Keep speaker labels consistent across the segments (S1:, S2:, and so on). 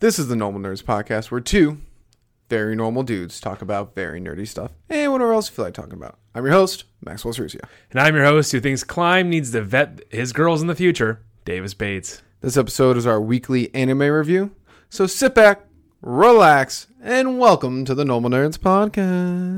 S1: This is the Normal Nerds Podcast, where two very normal dudes talk about very nerdy stuff and whatever else you feel like talking about. I'm your host, Maxwell Cerusia.
S2: And I'm your host who thinks Climb needs to vet his girls in the future, Davis Bates.
S1: This episode is our weekly anime review, so sit back, relax, and welcome to the Normal Nerds Podcast.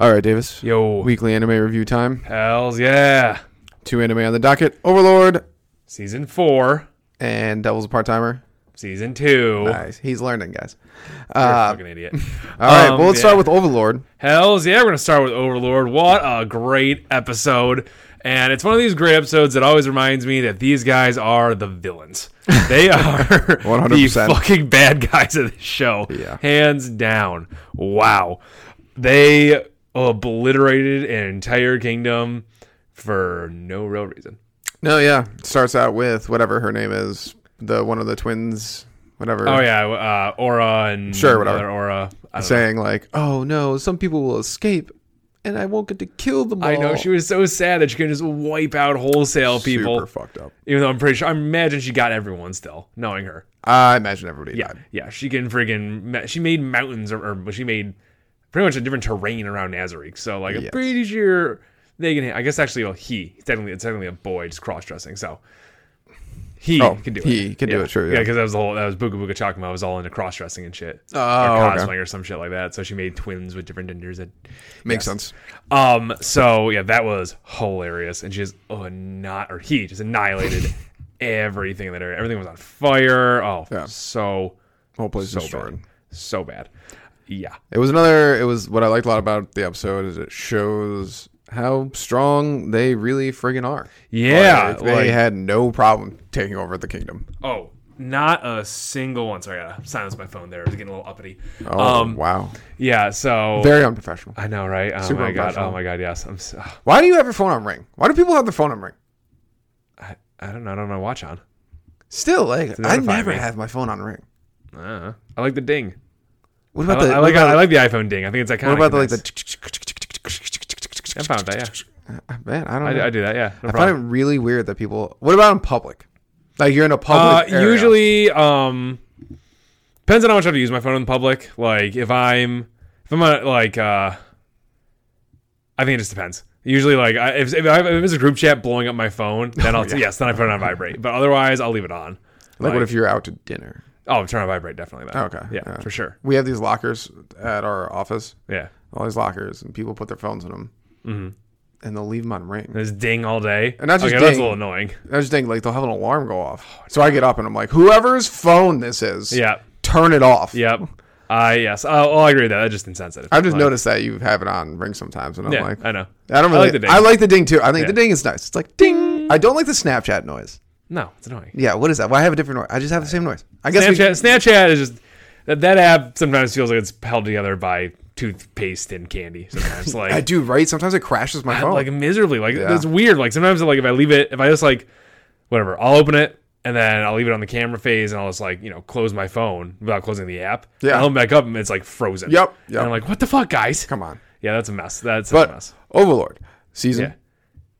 S1: All right, Davis.
S2: Yo.
S1: Weekly anime review time.
S2: Hells yeah.
S1: Two anime on the docket Overlord
S2: Season four,
S1: and Devil's a Part Timer.
S2: season two.
S1: Nice. He's learning, guys.
S2: You're a
S1: Uh,
S2: fucking idiot.
S1: all right.
S2: Um,
S1: well, let's
S2: yeah.
S1: start with Overlord.
S2: Hells yeah, we're gonna start with Overlord. What a great episode. And it's one of these great episodes that always reminds me that these guys are the villains. They are the
S1: 100%.
S2: fucking bad guys of the show.
S1: Yeah.
S2: Hands down. Wow. They obliterated an entire kingdom for no real reason.
S1: No, yeah. It starts out with whatever her name is, the one of the twins, whatever.
S2: Oh yeah, uh, Aura and
S1: Sure, whatever.
S2: other Aura. I, don't know.
S1: Saying like, "Oh no, some people will escape, and I won't get to kill them all."
S2: I know she was so sad that she could just wipe out wholesale people.
S1: super fucked up.
S2: even though I'm pretty sure, I imagine she got everyone still, knowing her.
S1: I imagine everybody
S2: Yeah,
S1: died.
S2: yeah, she can friggin' ma- she made mountains or, or she made pretty much a different terrain around Nazareth. So like, I'm
S1: Yes.
S2: pretty sure they can. I guess actually, well, he it's technically it's technically a boy, just cross dressing. So he
S1: Oh,
S2: can do it.
S1: he can do
S2: Yeah.
S1: it, sure, yeah.
S2: Yeah, because that was the whole that was Buka Buka Chakma was all into cross dressing and shit.
S1: Oh,
S2: or
S1: okay.
S2: cosplay or some shit like that. So she made twins with different genders and
S1: Makes sense.
S2: yes. Um, so yeah, that was hilarious. And she just oh not or he just annihilated everything in that area. Everything was on fire. Oh
S1: Yeah.
S2: so
S1: Whole place
S2: so
S1: destroyed.
S2: bad. So bad. Yeah.
S1: It was another. It was what I liked a lot about the episode is it shows how strong they really friggin' are.
S2: Yeah.
S1: Like, they
S2: like-
S1: had no problem taking over the kingdom.
S2: oh, not a single one. Sorry, I gotta silence my phone there. It was getting a little uppity.
S1: Oh
S2: um
S1: wow,
S2: yeah, so
S1: very unprofessional.
S2: I know, right? Oh
S1: Super
S2: my god.
S1: unprofessional.
S2: Oh my god, yes. I'm so,
S1: Why do you have your phone on ring? Why do people have their phone on ring?
S2: I, I don't know, I don't know my watch on.
S1: Still, like I
S2: notify
S1: never
S2: me.
S1: have my phone on ring.
S2: I, don't know. I like the ding.
S1: What
S2: I,
S1: about
S2: li-
S1: the?
S2: I
S1: what
S2: like
S1: about-
S2: I like the iPhone ding. I think it's
S1: What
S2: iconic.
S1: about the, like
S2: and
S1: the?
S2: nice. I'm fine with that, yeah.
S1: Uh, Man, I don't. know.
S2: I,
S1: I,
S2: I do that, yeah. No
S1: find
S2: problem.
S1: it really weird that people. What about in public? Like you're in a
S2: Uh,
S1: public. area.
S2: usually, um, depends on how much I have to use my phone in public. Like if I'm, if I'm uh, like, uh, I think it just depends. Usually, like I, if if, I, if it's a group chat blowing up my phone, then
S1: Oh,
S2: I'll yes, then I put it on vibrate. But otherwise, I'll leave it on.
S1: like what if you're out to dinner?
S2: Oh, turn on vibrate definitely. Then.
S1: Okay,
S2: yeah,
S1: yeah.
S2: for sure.
S1: We have these lockers at our office.
S2: Yeah,
S1: All these lockers, and people put their phones in them,
S2: Mm-hmm.
S1: and they'll leave them on ring.
S2: there's ding all day.
S1: And not just
S2: okay, that's
S1: ding.
S2: a little annoying.
S1: I was just thinking, like they'll have an alarm go off. So I get up and I'm like, whoever's phone this is,
S2: Yeah,
S1: turn it off.
S2: yep. Uh, yes. Oh, oh, I agree with that. That's just insensitive.
S1: I've just
S2: Like,
S1: noticed that you have it on ring sometimes, and I'm
S2: Yeah,
S1: like,
S2: I know.
S1: I don't
S2: I
S1: really.
S2: like the ding.
S1: I like the ding too. I think the
S2: Yeah.
S1: ding is nice. It's like ding. I don't like the Snapchat noise.
S2: No, it's annoying.
S1: Yeah, what is that? Why I have a different noise? I just have the same noise. I guess we-
S2: Snapchat, Snapchat is just that, that app sometimes feels like it's held together by toothpaste and candy. Sometimes like
S1: I do right. Sometimes it crashes my phone.
S2: like miserably, like
S1: Yeah.
S2: it's weird. Like sometimes like if I leave it, if I just like whatever, I'll open it and then I'll leave it on the camera phase and I'll just like you know close my phone without closing the app.
S1: Yeah.
S2: I'll open back up and it's like frozen.
S1: Yep,
S2: And
S1: yep.
S2: I'm like, what the fuck, guys?
S1: Come on,
S2: Yeah, that's a mess. That's
S1: but
S2: a mess.
S1: Overlord season.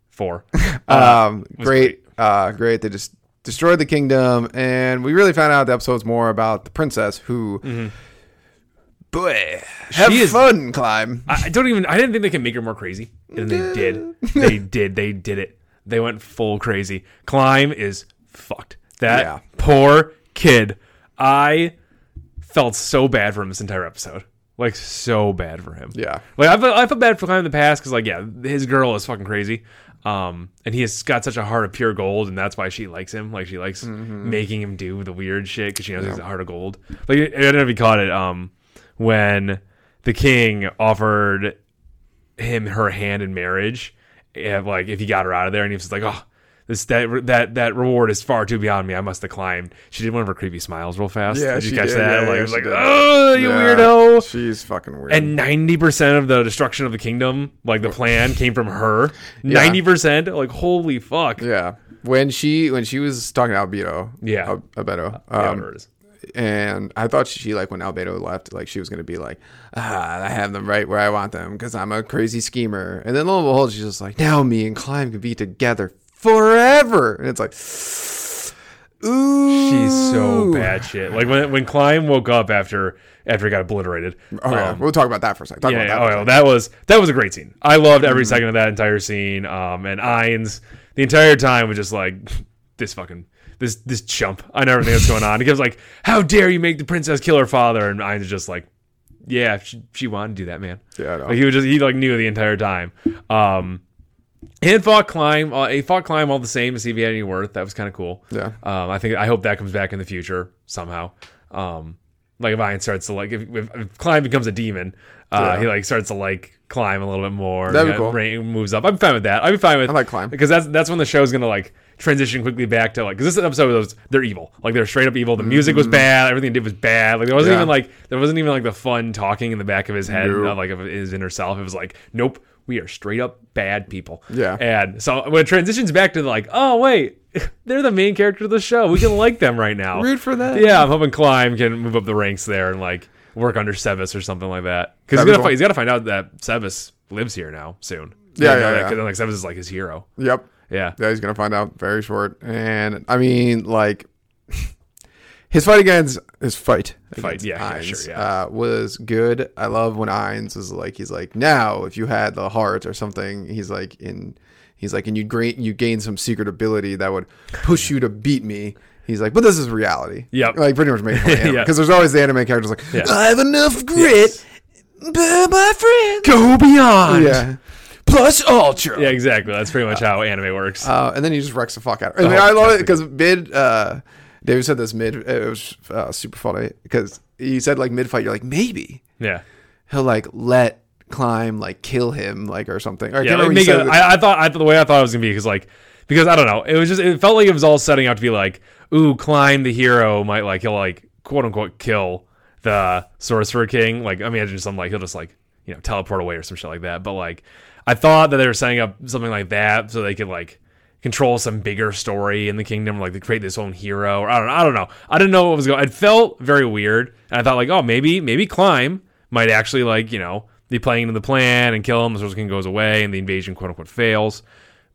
S2: Four.
S1: um, great, uh, great. They just destroyed the kingdom, and we really found out the episode's more about the princess who. Boy, have
S2: Mm-hmm. is-
S1: fun, climb.
S2: I I don't even. I didn't think they could make her more crazy, and they did. They did. They did it. They went full crazy. Climb is fucked. That
S1: Yeah.
S2: poor kid. I felt so bad for him this entire episode. Like so bad for him.
S1: Yeah.
S2: Like I felt, I felt bad for Climb in the past because like yeah, his girl is fucking crazy. Um, and he has got such a heart of pure gold, and that's why she likes him. Like she likes
S1: Mm-hmm.
S2: making him do the weird shit because she knows he's a heart of gold. Like I don't know if you caught it. Um, when the king offered him her hand in marriage, and like if he got her out of there, and he was just like, oh. This, that that that reward is far too beyond me. I must decline. She did one of her creepy smiles real fast.
S1: Yeah,
S2: did you
S1: she
S2: catch
S1: did.
S2: that?
S1: Yeah,
S2: like
S1: yeah,
S2: it was
S1: she
S2: like,
S1: did.
S2: oh, you
S1: Yeah,
S2: weirdo!
S1: She's fucking weird.
S2: and 90% of the destruction of the kingdom like the plan came from her 90% like holy fuck
S1: yeah, when she when she was talking to Albedo,
S2: Yeah. Uh,
S1: Al- Albedo,
S2: Yeah,
S1: um,
S2: whatever it is.
S1: and I thought she like when Albedo left, like she was gonna be like, ah, I have them right where I want them because I'm a crazy schemer. And then lo and behold, she's just like, now me and Climb can be together forever. And it's like, ooh,
S2: She's so bad shit. Like when when Klein woke up after after he got obliterated.
S1: Okay,
S2: um,
S1: we'll talk about that for a second. Talk
S2: yeah,
S1: about Oh, that. Mm.
S2: yeah,
S1: for a
S2: oh, yeah, that was that was a great scene. I loved every second of that entire scene. Um, and Ainz the entire time was just like this fucking this this chump. I know everything that's going on. He goes like, "How dare you make the princess kill her father?" And Ainz is just like, "Yeah, she, she wanted to do that, man."
S1: Yeah, I know.
S2: Like, he was just he like knew the entire time. Um, and fought climb. Uh, he fought climb all the same to see if he had any worth. That was kind of cool.
S1: Yeah.
S2: Um, I think I hope that comes back in the future somehow. Um, like if Ian starts to like if, if, if Klein becomes a demon, uh,
S1: Yeah.
S2: he like starts to like climb a little bit more.
S1: That'd be
S2: Yeah,
S1: cool.
S2: Rain moves up. I'm fine with that. I'd be fine with.
S1: I like Klein.
S2: because that's that's when the show's gonna like transition quickly back to like because this episode was they're evil. Like they're straight up evil. The music was bad. Everything they did was bad. Like there wasn't
S1: Mm. Yeah.
S2: even like there wasn't even like the fun talking in the back of his head,
S1: Nope.
S2: of, like of his inner self. It was like nope. We are straight up bad people.
S1: Yeah.
S2: And so when it transitions back to like, oh wait, they're the main character of the show. We can like them right now.
S1: Root for them.
S2: Yeah, I'm hoping Climb can move up the ranks there and like work under Sevis or something like that. Because
S1: That'd
S2: he's gonna
S1: be cool.
S2: fi- he's gotta find out that Sevis lives here now soon.
S1: Yeah, yeah,
S2: You know, that-
S1: yeah.
S2: 'cause then, like Sevis is like his hero.
S1: Yep.
S2: Yeah.
S1: Yeah, he's gonna find out very short. And I mean, like his fight against his fight,
S2: Fight,
S1: against
S2: yeah, yeah,
S1: Ainz,
S2: sure,
S1: uh, was good. I love when Ainz is like, he's like, now if you had the heart or something, he's like in, he's like, and you gain you gain some secret ability that would push you to beat me. He's like, but this is reality.
S2: Yep.
S1: like pretty much making because
S2: Yeah.
S1: there's always the anime characters like,
S2: Yeah.
S1: I have enough grit, but my friend.
S2: Go beyond.
S1: Yeah, plus ultra.
S2: Yeah, exactly. That's pretty much how anime works.
S1: Uh, and then he just wrecks the fuck out. I mean,
S2: Oh,
S1: I love it because mid, uh, David said this mid, it was uh, super funny because he said like mid fight, you're like maybe
S2: yeah.
S1: he'll like let climb like kill him like or something. Or I
S2: Yeah,
S1: can't
S2: like,
S1: remember
S2: make
S1: he said
S2: it,
S1: it.
S2: I, I thought I thought the way I thought it was gonna be because like because I don't know it was just it felt like it was all setting up to be like ooh Klein the hero might like he'll like quote unquote kill the sorcerer king like I imagine some like he'll just like you know teleport away or some shit like that but like I thought that they were setting up something like that so they could like control some bigger story in the kingdom like they create this own hero or I don't I don't know I didn't know what was going it felt very weird and I thought like oh maybe maybe climb might actually like you know be playing into the plan and kill him. The Sorcerer King goes away and the invasion quote unquote fails.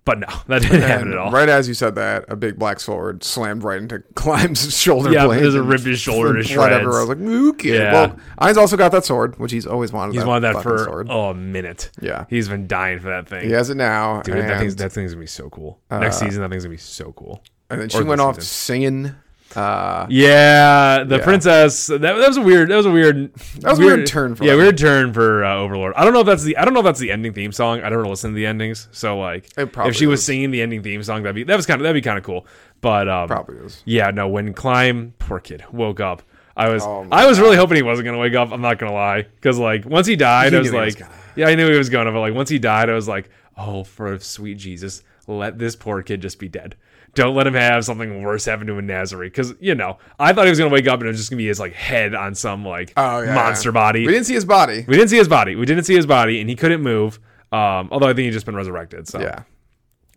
S2: But no, that didn't happen
S1: And
S2: at all.
S1: Right as you said that, a big black sword slammed right into Climb's shoulder
S2: yeah,
S1: blade.
S2: there's a
S1: and
S2: ripped his shoulder to
S1: blood everywhere.
S2: shreds.
S1: I was like, okay.
S2: Yeah.
S1: Well, Ainz also got that sword, which he's always wanted.
S2: He's
S1: that
S2: wanted that
S1: fucking
S2: for
S1: sword.
S2: a minute.
S1: Yeah.
S2: he's been dying for that thing.
S1: He has it now,
S2: Dude,
S1: and, Uh,
S2: that thing's, that thing's gonna be so cool. Next season, that thing's gonna be so cool.
S1: and then
S2: or
S1: she
S2: this
S1: went off
S2: season.
S1: singing. Uh,
S2: Yeah, the princess. That, that was a weird. That was a weird. That
S1: was a weird turn for
S2: yeah,
S1: that.
S2: weird turn for uh, Overlord. I don't know if that's the. I don't know if that's the ending theme song. I don't really listen to the endings, so like,
S1: It probably
S2: if she was
S1: is.
S2: singing the ending theme song, that'd be that was kind of that'd be kind of cool. But um,
S1: Probably is.
S2: Yeah, no. When Climb, poor kid, woke up. I was,
S1: Oh my
S2: I was really hoping he wasn't gonna wake up. I'm not gonna lie, because like once he died,
S1: You
S2: I was
S1: knew he
S2: like,
S1: was gonna.
S2: yeah, I knew he was gonna, but like once he died, I was like, oh, for sweet Jesus, let this poor kid just be dead. Don't let him have something worse happen to a Nazarene, because you know, I thought he was gonna wake up and it was just gonna be his like head on some like
S1: oh, yeah,
S2: monster
S1: yeah.
S2: body.
S1: We didn't see his body.
S2: We didn't see his body. We didn't see his body, and he couldn't move. Um, although I think he'd just been resurrected. So
S1: Yeah.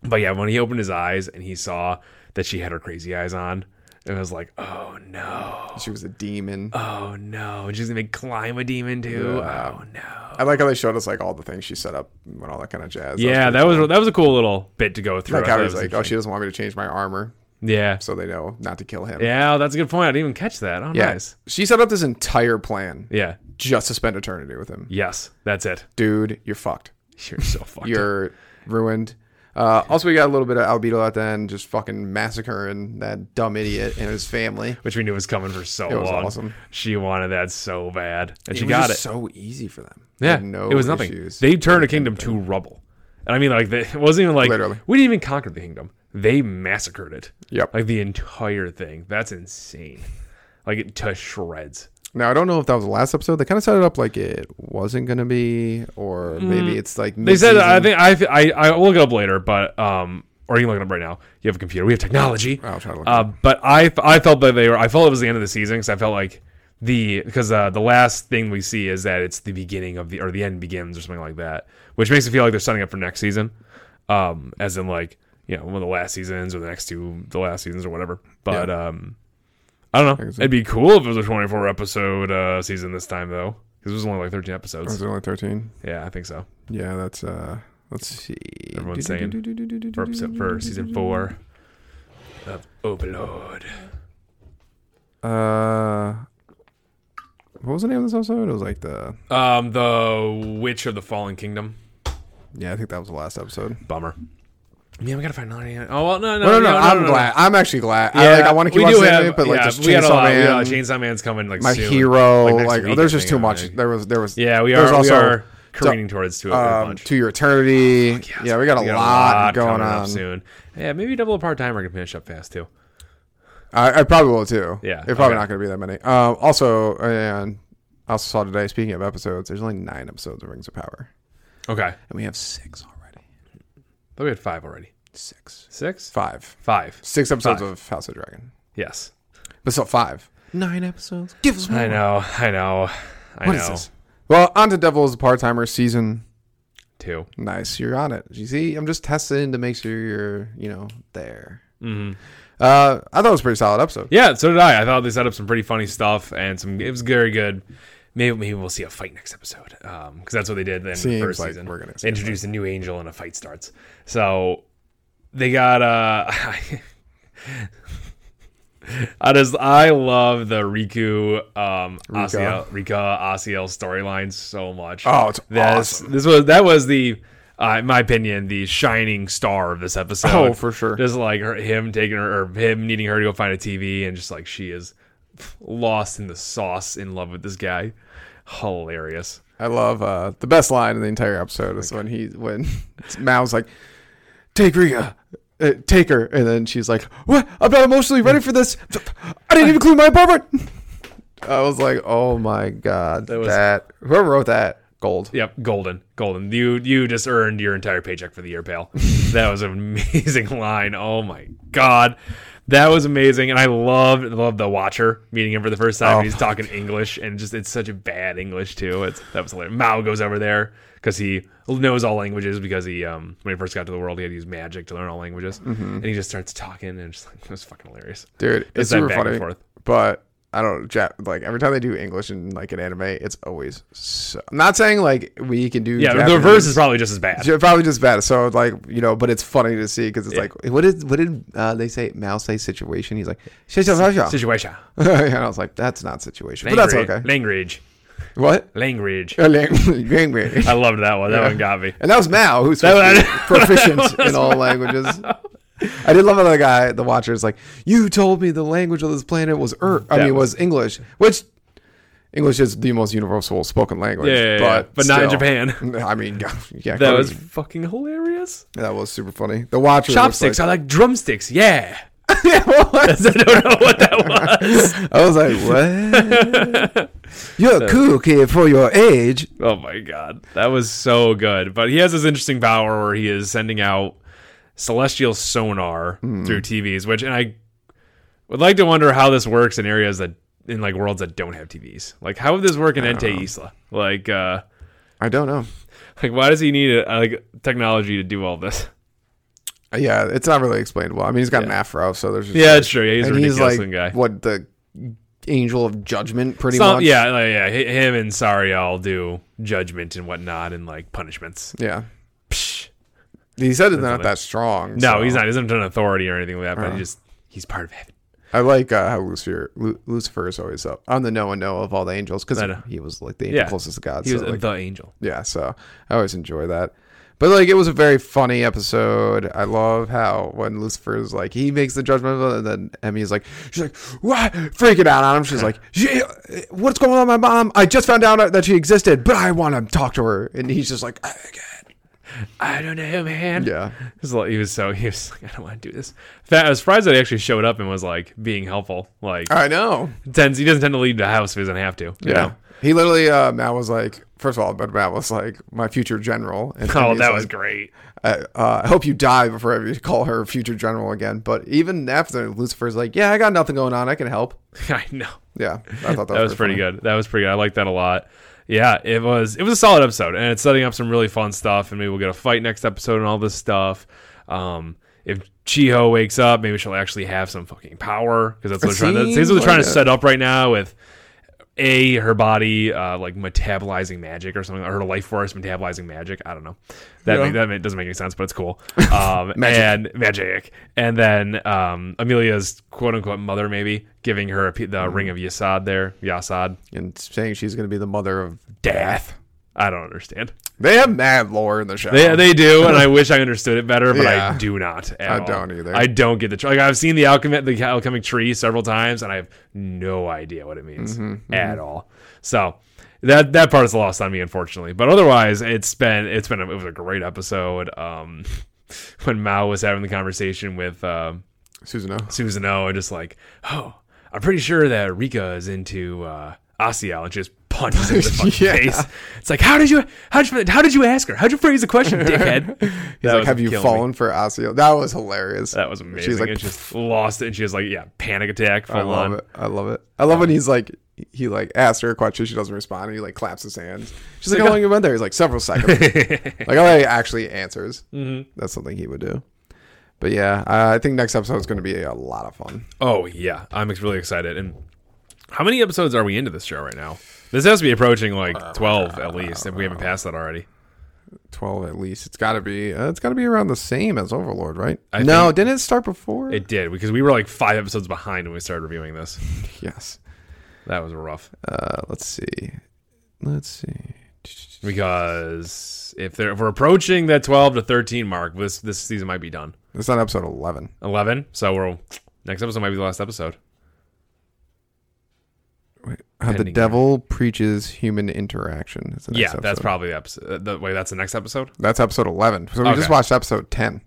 S2: but yeah, when he opened his eyes and he saw that she had her crazy eyes on, it was like, oh no,
S1: She was a demon.
S2: oh no, and she's gonna make climb a demon too. Oh no.
S1: I like how they showed us like all the things she set up and all that kind of jazz.
S2: Yeah, that was that was a cool little bit to go through.
S1: like
S2: I thought
S1: how
S2: it
S1: he's
S2: was
S1: like, oh, she doesn't want me to change my armor,
S2: interesting. yeah,
S1: so they know not to kill him.
S2: yeah, that's a good point. I didn't even catch that. Oh,
S1: Yeah.
S2: nice.
S1: She set up this entire plan
S2: Yeah.
S1: just to spend eternity with him.
S2: Yes, that's it.
S1: Dude, you're fucked.
S2: You're so fucked. up.
S1: You're ruined. Uh, also, we got a little bit of albedo at the end, just fucking massacring that dumb idiot and his family.
S2: Which we knew was coming for so
S1: It was
S2: long.
S1: awesome.
S2: She wanted that so bad, and she
S1: was
S2: got it.
S1: just So easy for them. They
S2: Yeah,
S1: had no
S2: it was nothing.
S1: Issues.
S2: They turned a kingdom to rubble, and I mean, like, they, it wasn't even like
S1: Literally.
S2: we didn't even conquer the kingdom. They massacred it.
S1: Yep.
S2: like the entire thing. That's insane. Like it to shreds.
S1: now I don't know if that was the last episode. They kind of set it up like it wasn't gonna be, or maybe it's like
S2: Mm. They said uh,
S1: mid-season.
S2: I think I I I will look it up later, but um, or you can look it up right now. You have a computer. We have technology.
S1: I'll try to look it
S2: Uh, but I I felt that they were. I felt it was the end of the season because I felt like the because uh, the last thing we see is that it's the beginning of the or the end begins or something like that, which makes me feel like they're setting up for next season. Um, as in like you know one of the last seasons or the next two the last seasons or whatever. But um, I don't know.
S1: can see.
S2: It'd be cool if it was a 24 episode uh, season this time though, because it was only like 13
S1: Or is
S2: episodes.
S1: it only thirteen?
S2: Yeah, I think so.
S1: Yeah, that's uh. Let's see.
S2: Everyone's saying For episode for season four of Overlord.
S1: Uh, what was the name of this episode? It was like the
S2: Um, the Witch of the Fallen Kingdom.
S1: yeah, I think that was the last episode.
S2: Bummer. Yeah, we gotta find another. Oh well, no, no,
S1: No, no, no, I'm glad. I'm actually glad. I, like, I want to keep
S2: we
S1: on
S2: do
S1: saying
S2: have-
S1: it, but like,
S2: yeah,
S1: there's
S2: we got a
S1: Chainsaw
S2: lot- we got
S1: Man,
S2: a Chainsaw Man's coming like
S1: my
S2: soon.
S1: hero.
S2: Like,
S1: Like,
S2: next
S1: oh,
S2: week,
S1: there's
S2: I
S1: just
S2: think,
S1: too
S2: I
S1: much.
S2: think.
S1: There was, there was.
S2: Yeah, we
S1: there was
S2: are. We
S1: also,
S2: are careening towards to it a
S1: Um,
S2: bunch. Oh,
S1: to your eternity. yeah, we got a,
S2: We got
S1: lot, going
S2: coming up
S1: on.
S2: soon. Yeah, maybe double a part timer can finish up fast too.
S1: I, I probably will too.
S2: Yeah,
S1: it's probably
S2: okay.
S1: not going to be that many. Um, also, and I also saw today. Speaking of episodes, there's only nine episodes of Rings of Power,
S2: Okay,
S1: and we have six already.
S2: thought we had five already.
S1: Six,
S2: Six,
S1: five,
S2: five.
S1: six episodes
S2: Five.
S1: of House of Dragon,
S2: Yes,
S1: but still five. Nine episodes. Give us
S2: I know, I know, I
S1: Oh. What
S2: know.
S1: is this? Well, on to Devil is a part timer season.
S2: Two.
S1: Nice, you're on it. You see, I'm just testing to make sure you're, you know, there.
S2: Mhm.
S1: Uh, I thought it was a pretty solid episode.
S2: Yeah, so did I. I thought they set up some pretty funny stuff and some. It was very good. Maybe maybe we'll see a fight next episode because that's what they did in the
S1: Seems
S2: first
S1: like
S2: season.
S1: we're gonna see
S2: They introduce a new angel and a fight starts. So they got uh. I just I love the Riku um Asiel, Rika Asiel storyline so much.
S1: Oh, it's
S2: This
S1: awesome.
S2: this was that was the uh, in my opinion the shining star of this episode.
S1: Oh, for sure.
S2: Just like her, him taking her or him needing her to go find a TV and just like she is lost in the sauce in love with this guy. Hilarious.
S1: I love uh, the best line in the entire episode is when he when Mao's like, "Take Rika, uh, take her," and then she's like, "What? I'm not emotionally ready for this. I didn't even clean my apartment." I was like, "Oh my god, that,
S2: was-
S1: whoever wrote that gold."
S2: Yep, golden, golden. You you just earned your entire paycheck for the year, pal. that was an amazing line. Oh my god, that was amazing, and I loved loved the Watcher meeting him for the first time.
S1: Oh
S2: and he's talking English, and just it's such a bad English too. It's that was hilarious. Mao goes over there because he knows all languages because he um when he first got to the world he had to use magic to learn all languages, and he just starts talking and just like it was fucking hilarious.
S1: dude. Mm-hmm. It's,
S2: that
S1: super
S2: back and
S1: funny,
S2: forth.
S1: but I don't Jap- like every time they do English in like an anime, it's always. So, I'm not saying like we can do.
S2: Yeah, the
S1: Japanese.
S2: verse is probably just as bad.
S1: It's probably just bad. So like you know, but it's funny to see because it's like what did what did uh, they say? Mao say situation. He's like situation.
S2: Situation.
S1: and I was like, that's not situation, but
S2: Language.
S1: that's okay.
S2: Language.
S1: What?
S2: Language.
S1: A lang- language.
S2: I loved that one. That one got me.
S1: And that was Mao, who's supposed to be proficient in all languages. I did love how the guy, the watcher, is like, "You told me the language of this planet was er, I
S2: That
S1: mean, was English, which English is the most universal spoken language,
S2: Yeah, yeah, yeah,
S1: but
S2: but not in
S1: still-
S2: Japan.
S1: I mean, yeah,
S2: That was fucking hilarious.
S1: that was super funny. The watcher was
S2: Chopsticks. I like drumsticks. Yeah.
S1: Like, What?
S2: I don't know what that was.
S1: I was like, "What? You're a cool kid for your age."
S2: oh my god, that was so good. But he has this interesting power where he is sending out celestial sonar
S1: Hmm.
S2: through TVs, which and I would like to wonder how this works in areas that in like worlds that don't have TVs. Like how would this work in Ente Isla? Like uh
S1: I don't know.
S2: like why does he need a, like technology to do all this?
S1: Yeah, it's not really explainable. I mean, he's got an afro, so there's just
S2: Yeah, it's true. Yeah, he's a
S1: and
S2: ridiculous
S1: he's like
S2: looking guy.
S1: what the angel of judgment, pretty
S2: Some-
S1: much.
S2: yeah, like, yeah. hi- Him and Sariel do judgment and whatnot and like punishments.
S1: yeah.
S2: Psh.
S1: He said it's not that strong.
S2: No,
S1: so- Uh-huh.
S2: he's not. He doesn't have an authority or anything like that. But he just he's part of heaven.
S1: I like uh, how Lucifer Lu- Lucifer is always up on the know and know of all the angels because
S2: I know.
S1: he was like the
S2: Yeah.
S1: closest to God.
S2: He
S1: so,
S2: was
S1: like,
S2: the angel.
S1: yeah, so I always enjoy that. But like, it was a very funny episode. I love how when Lucifer's like, he makes the judgment, and then Emmy's like, she's like, what? Freaking out on him. She's like, "Yeah, what's going on, with my mom? I just found out that she existed, but I want to talk to her. And he's just like, "Oh, God."
S2: I don't know, man.
S1: yeah,
S2: It was like- he was so he was like, I don't want to do this. That, I was surprised that he actually showed up and was like being helpful. Like
S1: I know.
S2: tends he doesn't tend to leave the house if he doesn't have to. you
S1: Uh, Yeah.
S2: know?
S1: He literally, uh, Matt was like, first of all, but Matt was like, my future general. And
S2: Oh,
S1: he's
S2: that
S1: like,
S2: was great.
S1: I, uh, I hope you die before I call her future general again. But even after Lucifer's like, yeah, I got nothing going on. I can help.
S2: I know.
S1: Yeah, I thought that,
S2: that was pretty good. That was pretty good. I liked that a lot. Yeah, it was it was a solid episode, and it's setting up some really fun stuff. And maybe we'll get a fight next episode and all this stuff. Um, if Chiho wakes up, maybe she'll actually have some fucking power because that's what
S1: It
S2: they're trying to,
S1: seems
S2: that's what they're trying
S1: like
S2: to
S1: it.
S2: set up right now with a her body uh, like metabolizing magic or something, or her life force metabolizing magic. I don't know. That
S1: Yeah.
S2: ma- that ma- doesn't make any sense, but it's cool. Um, and magic, and then um, Amelia's quote unquote mother maybe giving her a p- the ring of Yasad there, Yasad
S1: and saying she's going to be the mother of.
S2: death. I don't understand.
S1: They have mad lore in the show.
S2: They, they do, and I wish I understood it better, but
S1: Yeah.
S2: I do not. At
S1: I
S2: all.
S1: don't either.
S2: I don't get the tr- like. I've seen the alchemy, the alchemic tree several times, and I have no idea what it means
S1: Mm-hmm,
S2: at all. So that that part is lost on me, unfortunately. But otherwise, it's been it's been a, it was a great episode. Um, when Mao was having the conversation with um,
S1: Susanoo.
S2: Susan O, and just like, oh, I'm pretty sure that Rika is into uh, Asiel, and she just punches him in the fucking
S1: Yeah.
S2: face. It's like, how did you, how did you, how did you ask her? How'd you phrase the question, dickhead? He's
S1: He's like, have you fallen for Osceola? That was hilarious.
S2: That was amazing.
S1: She's like,
S2: and she just lost it, and she was like, yeah, panic attack, full
S1: I love
S2: on.
S1: it. I love it. I love when he's like, he like asks her a question, she doesn't respond, and he like claps his hands. She's like, how long you been there? He's like, several seconds. like, I like, he actually answers.
S2: Mm-hmm.
S1: That's something he would do. But yeah, uh, I I think next episode is going to be a lot of fun.
S2: Oh yeah, I'm ex- really excited. And how many episodes are we into this show right now? This has to be approaching like
S1: Uh,
S2: 12 at least, if we haven't passed that already.
S1: Twelve at least. It's got to be. Uh, it's got to be around the same as Overlord, right?
S2: I
S1: no, didn't it start before?
S2: It did because we were like five episodes behind when we started reviewing this.
S1: yes.
S2: That was rough.
S1: Uh, let's see. Let's see.
S2: because if they're if we're approaching that 12 to 13 mark this this season might be done
S1: It's not episode eleven.
S2: 11 so we're next episode might be the last episode
S1: How the
S2: Pending
S1: devil preaches human interaction. Is the next
S2: yeah that's
S1: episode.
S2: probably the episode uh, the way that's the next episode
S1: that's episode eleven. So we just
S2: Okay.
S1: watched episode ten.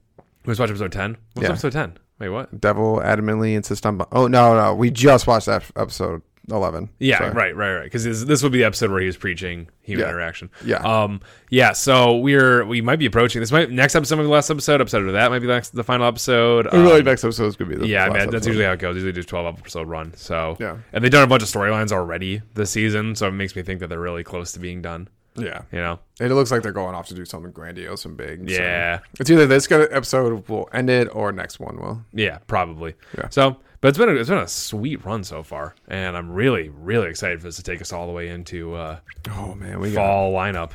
S2: we just watch episode 10 what's
S1: Yeah.
S2: episode 10 wait what
S1: Devil adamantly insists on. Oh no, no, we just watched that episode eleven.
S2: yeah
S1: Sorry.
S2: right right right because this, this would be the episode where he was preaching human
S1: Yeah.
S2: interaction
S1: Yeah.
S2: um yeah so we're we might be approaching this might next episode might be the last episode episode of that might be the, next, the final episode
S1: I
S2: Um,
S1: really, next episode is gonna be the
S2: yeah, I
S1: last
S2: mean, that's
S1: episode.
S2: usually how it goes. Usually, do twelve episode run. So,
S1: Yeah.
S2: and they've done a bunch of storylines already this season, so it makes me think that they're really close to being done.
S1: yeah.
S2: You know,
S1: And it looks like they're going off to do something grandiose and big. so-
S2: yeah,
S1: it's either this gonna- episode will end it or next one will.
S2: yeah, probably.
S1: Yeah.
S2: So, but it's been a, it's been a sweet run so far, and I'm really really excited for this to take us all the way into uh,
S1: Oh man, we got
S2: fall lineup.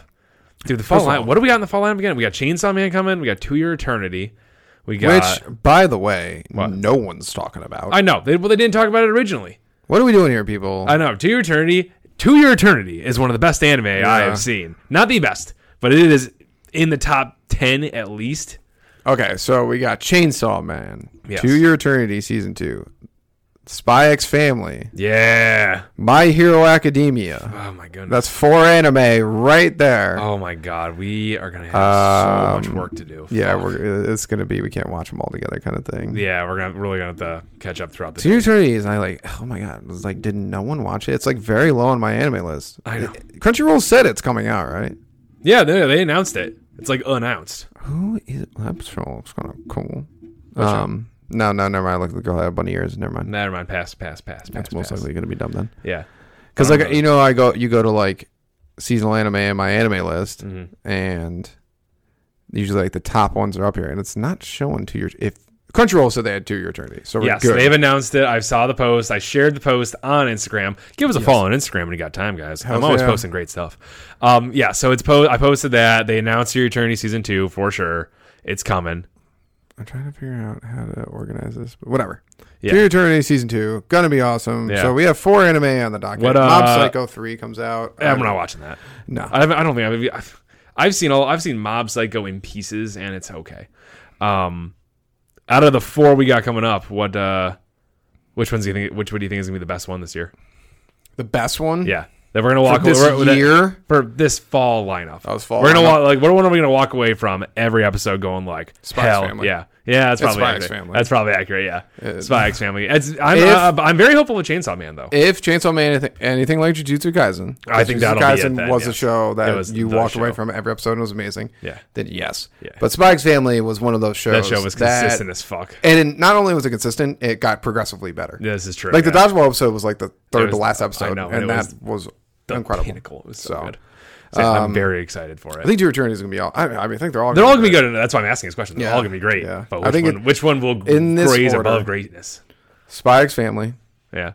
S2: Dude, the fall
S1: First of
S2: lineup.
S1: all-
S2: What do we got in the fall lineup again? We got Chainsaw Man coming. We got Two Year Eternity. We got.
S1: Which, by the way, no one's talking about.
S2: I know. They, well, they didn't talk about it originally.
S1: what are we doing here, people?
S2: I know. To Your Eternity, To Your Eternity is one of the best anime I have seen. Not the best, but it is in the top 10 at least.
S1: okay, so we got Chainsaw Man,
S2: Yes.
S1: To Your Eternity Season 2, Spy X Family,
S2: Yeah.
S1: My Hero Academia.
S2: Oh my goodness.
S1: That's four anime right there.
S2: oh my god, we are going to have so much work to do.
S1: Um, yeah, we're, it's going to be, we can't watch them all together kind of thing.
S2: Yeah, we're going to really going to have to catch up throughout
S1: To
S2: the
S1: Your Eternity is, I like, oh my God, it's like, did no one watch it? It's like very low on my anime list.
S2: I know.
S1: Crunchyroll said it's coming out, right?
S2: Yeah, they, they announced it. It's like unannounced.
S1: Who is, that's kind of cool. Um, no, no, never mind. Look at the girl that had bunny ears. Never mind.
S2: Never mind. Pass, pass, pass, pass.
S1: That's most
S2: pass.
S1: likely going to be dumb then.
S2: Yeah.
S1: Because
S2: I
S1: like
S2: don't
S1: you know, I go you go to like seasonal anime and my anime list,
S2: Mm-hmm.
S1: and usually like the top ones are up here, and it's not showing to your if Crunchyroll said they had two year eternity, so we're
S2: Yes,
S1: good.
S2: they've announced it. I saw the post. I shared the post on Instagram. Give us a follow on Instagram when you got time, guys. I'm always
S1: yeah.
S2: posting great stuff. Um, yeah, so it's po- I posted that. They announced your Eternity season two for sure. It's coming.
S1: I'm trying to figure out how to organize this, but whatever.
S2: Yeah.
S1: Two year eternity season two, gonna be awesome.
S2: Yeah.
S1: So we have four anime on the docket.
S2: What,
S1: Mob
S2: uh,
S1: Psycho three comes out.
S2: I'm
S1: I-
S2: not watching that.
S1: No,
S2: I, haven't- I don't think I've, I've I've seen all I've seen Mob Psycho in pieces, and it's okay. Um, out of the four we got coming up, what uh, which ones do you think? Which one do you think is gonna be the best one this year?
S1: the best one.
S2: Yeah, that we're gonna walk
S1: for this
S2: we're- that-
S1: year.
S2: for this fall lineup.
S1: That was fall
S2: We're gonna
S1: lineup.
S2: walk like what one are we gonna walk away from every episode going like
S1: Spy X
S2: hell
S1: Family.
S2: yeah yeah that's
S1: It's
S2: probably
S1: Spy X
S2: accurate.
S1: Family.
S2: that's probably accurate yeah Spy X Family. It's, I'm
S1: If-
S2: uh, I'm very hopeful with Chainsaw Man though.
S1: If Chainsaw Man anything, anything like Jujutsu Kaisen,
S2: I think
S1: Jujutsu
S2: that'll be it
S1: Kaisen
S2: then,
S1: was a
S2: yes.
S1: show
S2: It
S1: that
S2: was
S1: you
S2: the
S1: walked away
S2: show.
S1: from every episode and it was amazing.
S2: Yeah.
S1: Then yes.
S2: Yeah.
S1: But Spike's Family was one of those shows.
S2: that show was consistent as fuck.
S1: And it, not only was it consistent, it got progressively better.
S2: This is true.
S1: Like the
S2: yeah.
S1: dodgeball episode was like the third
S2: It
S1: to
S2: was-
S1: last
S2: I
S1: episode,
S2: know, and
S1: and
S2: it
S1: that was,
S2: The
S1: incredible.
S2: pinnacle. It was so,
S1: So, um,
S2: good. So I'm very excited for
S1: I
S2: it.
S1: think Doom Eternity is gonna be all. I, I mean, I think they're all.
S2: They're all gonna be good. That's why I'm asking this question. They're
S1: Yeah,
S2: all gonna be great.
S1: yeah.
S2: But
S1: I
S2: which
S1: think
S2: one?
S1: it-
S2: which one will g-
S1: in this
S2: graze
S1: order-
S2: above greatness?
S1: Spy X Family,
S2: Yeah.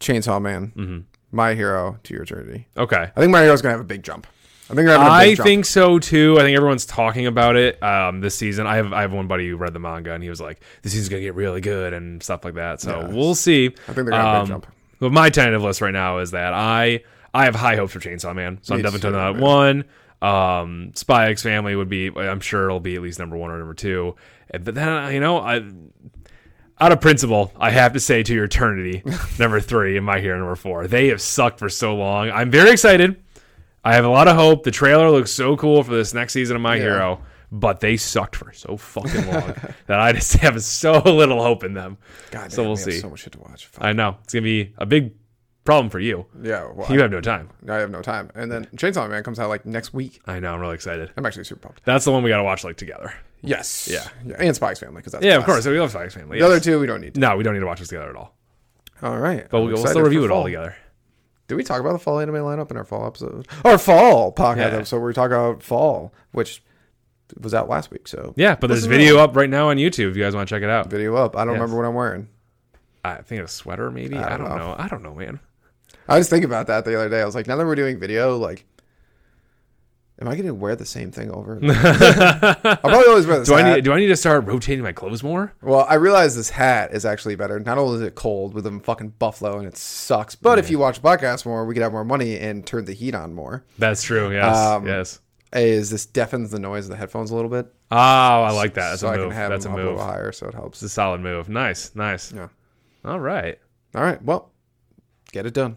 S1: Chainsaw Man,
S2: Mm-hmm.
S1: My Hero, To Your Eternity.
S2: Okay.
S1: I think My Hero's gonna have a big jump. I think they're having a big
S2: I
S1: jump.
S2: think so too. I think everyone's talking about it um, this season. I have I have one buddy who read the manga and he was like, "This season's gonna get really good" and stuff like that. So we'll see. Um,
S1: I think they're gonna have a big jump.
S2: But my tentative list right now is that I I have high hopes for Chainsaw Man, so I'm
S1: Me
S2: definitely
S1: too,
S2: not
S1: man.
S2: one. Um, Spy X Family would be. I'm sure it'll be at least number one or number two. And- But then you know I. Out of principle, I have to say to your eternity, number three, and my hero number four. They have sucked for so long. I'm very excited. I have a lot of hope. The trailer looks so cool for this next season of My Hero, but they sucked for so fucking long that I just have so little hope in them.
S1: God,
S2: so
S1: damn,
S2: we'll
S1: we have
S2: see.
S1: So much shit to watch. Fuck.
S2: I know it's gonna be a big problem for you.
S1: yeah, well,
S2: You have no time.
S1: I, I have no time. And then Chainsaw Man comes out like next week.
S2: I know. I'm really excited.
S1: I'm actually super pumped.
S2: That's the one we gotta watch like together.
S1: Yes.
S2: Yeah.
S1: yeah. And Spy X Family because that's
S2: Yeah, of
S1: us.
S2: course. We love Fox Family.
S1: The other two we don't need.
S2: No, we don't need to watch this together at all.
S1: All right,
S2: But
S1: I'm
S2: we'll, we'll
S1: excited
S2: still
S1: for
S2: review it all
S1: fall.
S2: together.
S1: Did we talk about the fall anime lineup in our fall episode? Our fall podcast
S2: Yeah.
S1: episode. where we talk about fall, which was out last week. So
S2: Yeah, but there's
S1: Listen to
S2: video up right now on YouTube if you guys want to check it out.
S1: video up. I don't
S2: Yes.
S1: remember what I'm wearing.
S2: I think a sweater maybe. I don't,
S1: don't
S2: know. I don't know, man.
S1: I was thinking about that the other day. I was like, now that we're doing video, like, am I going to wear the same thing over? and over? I'll probably always wear this
S2: Do
S1: hat.
S2: I need do I need to start rotating my clothes more?
S1: well, I realize this hat is actually better. Not only is it cold with a fucking buffalo and it sucks, but if you watch Black Ass more, we could have more money and turn the heat on more.
S2: That's true. Yes.
S1: Um,
S2: yes.
S1: Is this deafens the noise of the headphones a little bit?
S2: Oh, I like that. That's
S1: so
S2: a
S1: I
S2: move.
S1: can have
S2: That's a
S1: them up a
S2: move.
S1: little higher, so it helps.
S2: It's a solid move. Nice. Nice.
S1: Yeah.
S2: All right.
S1: All right. Well, get it done.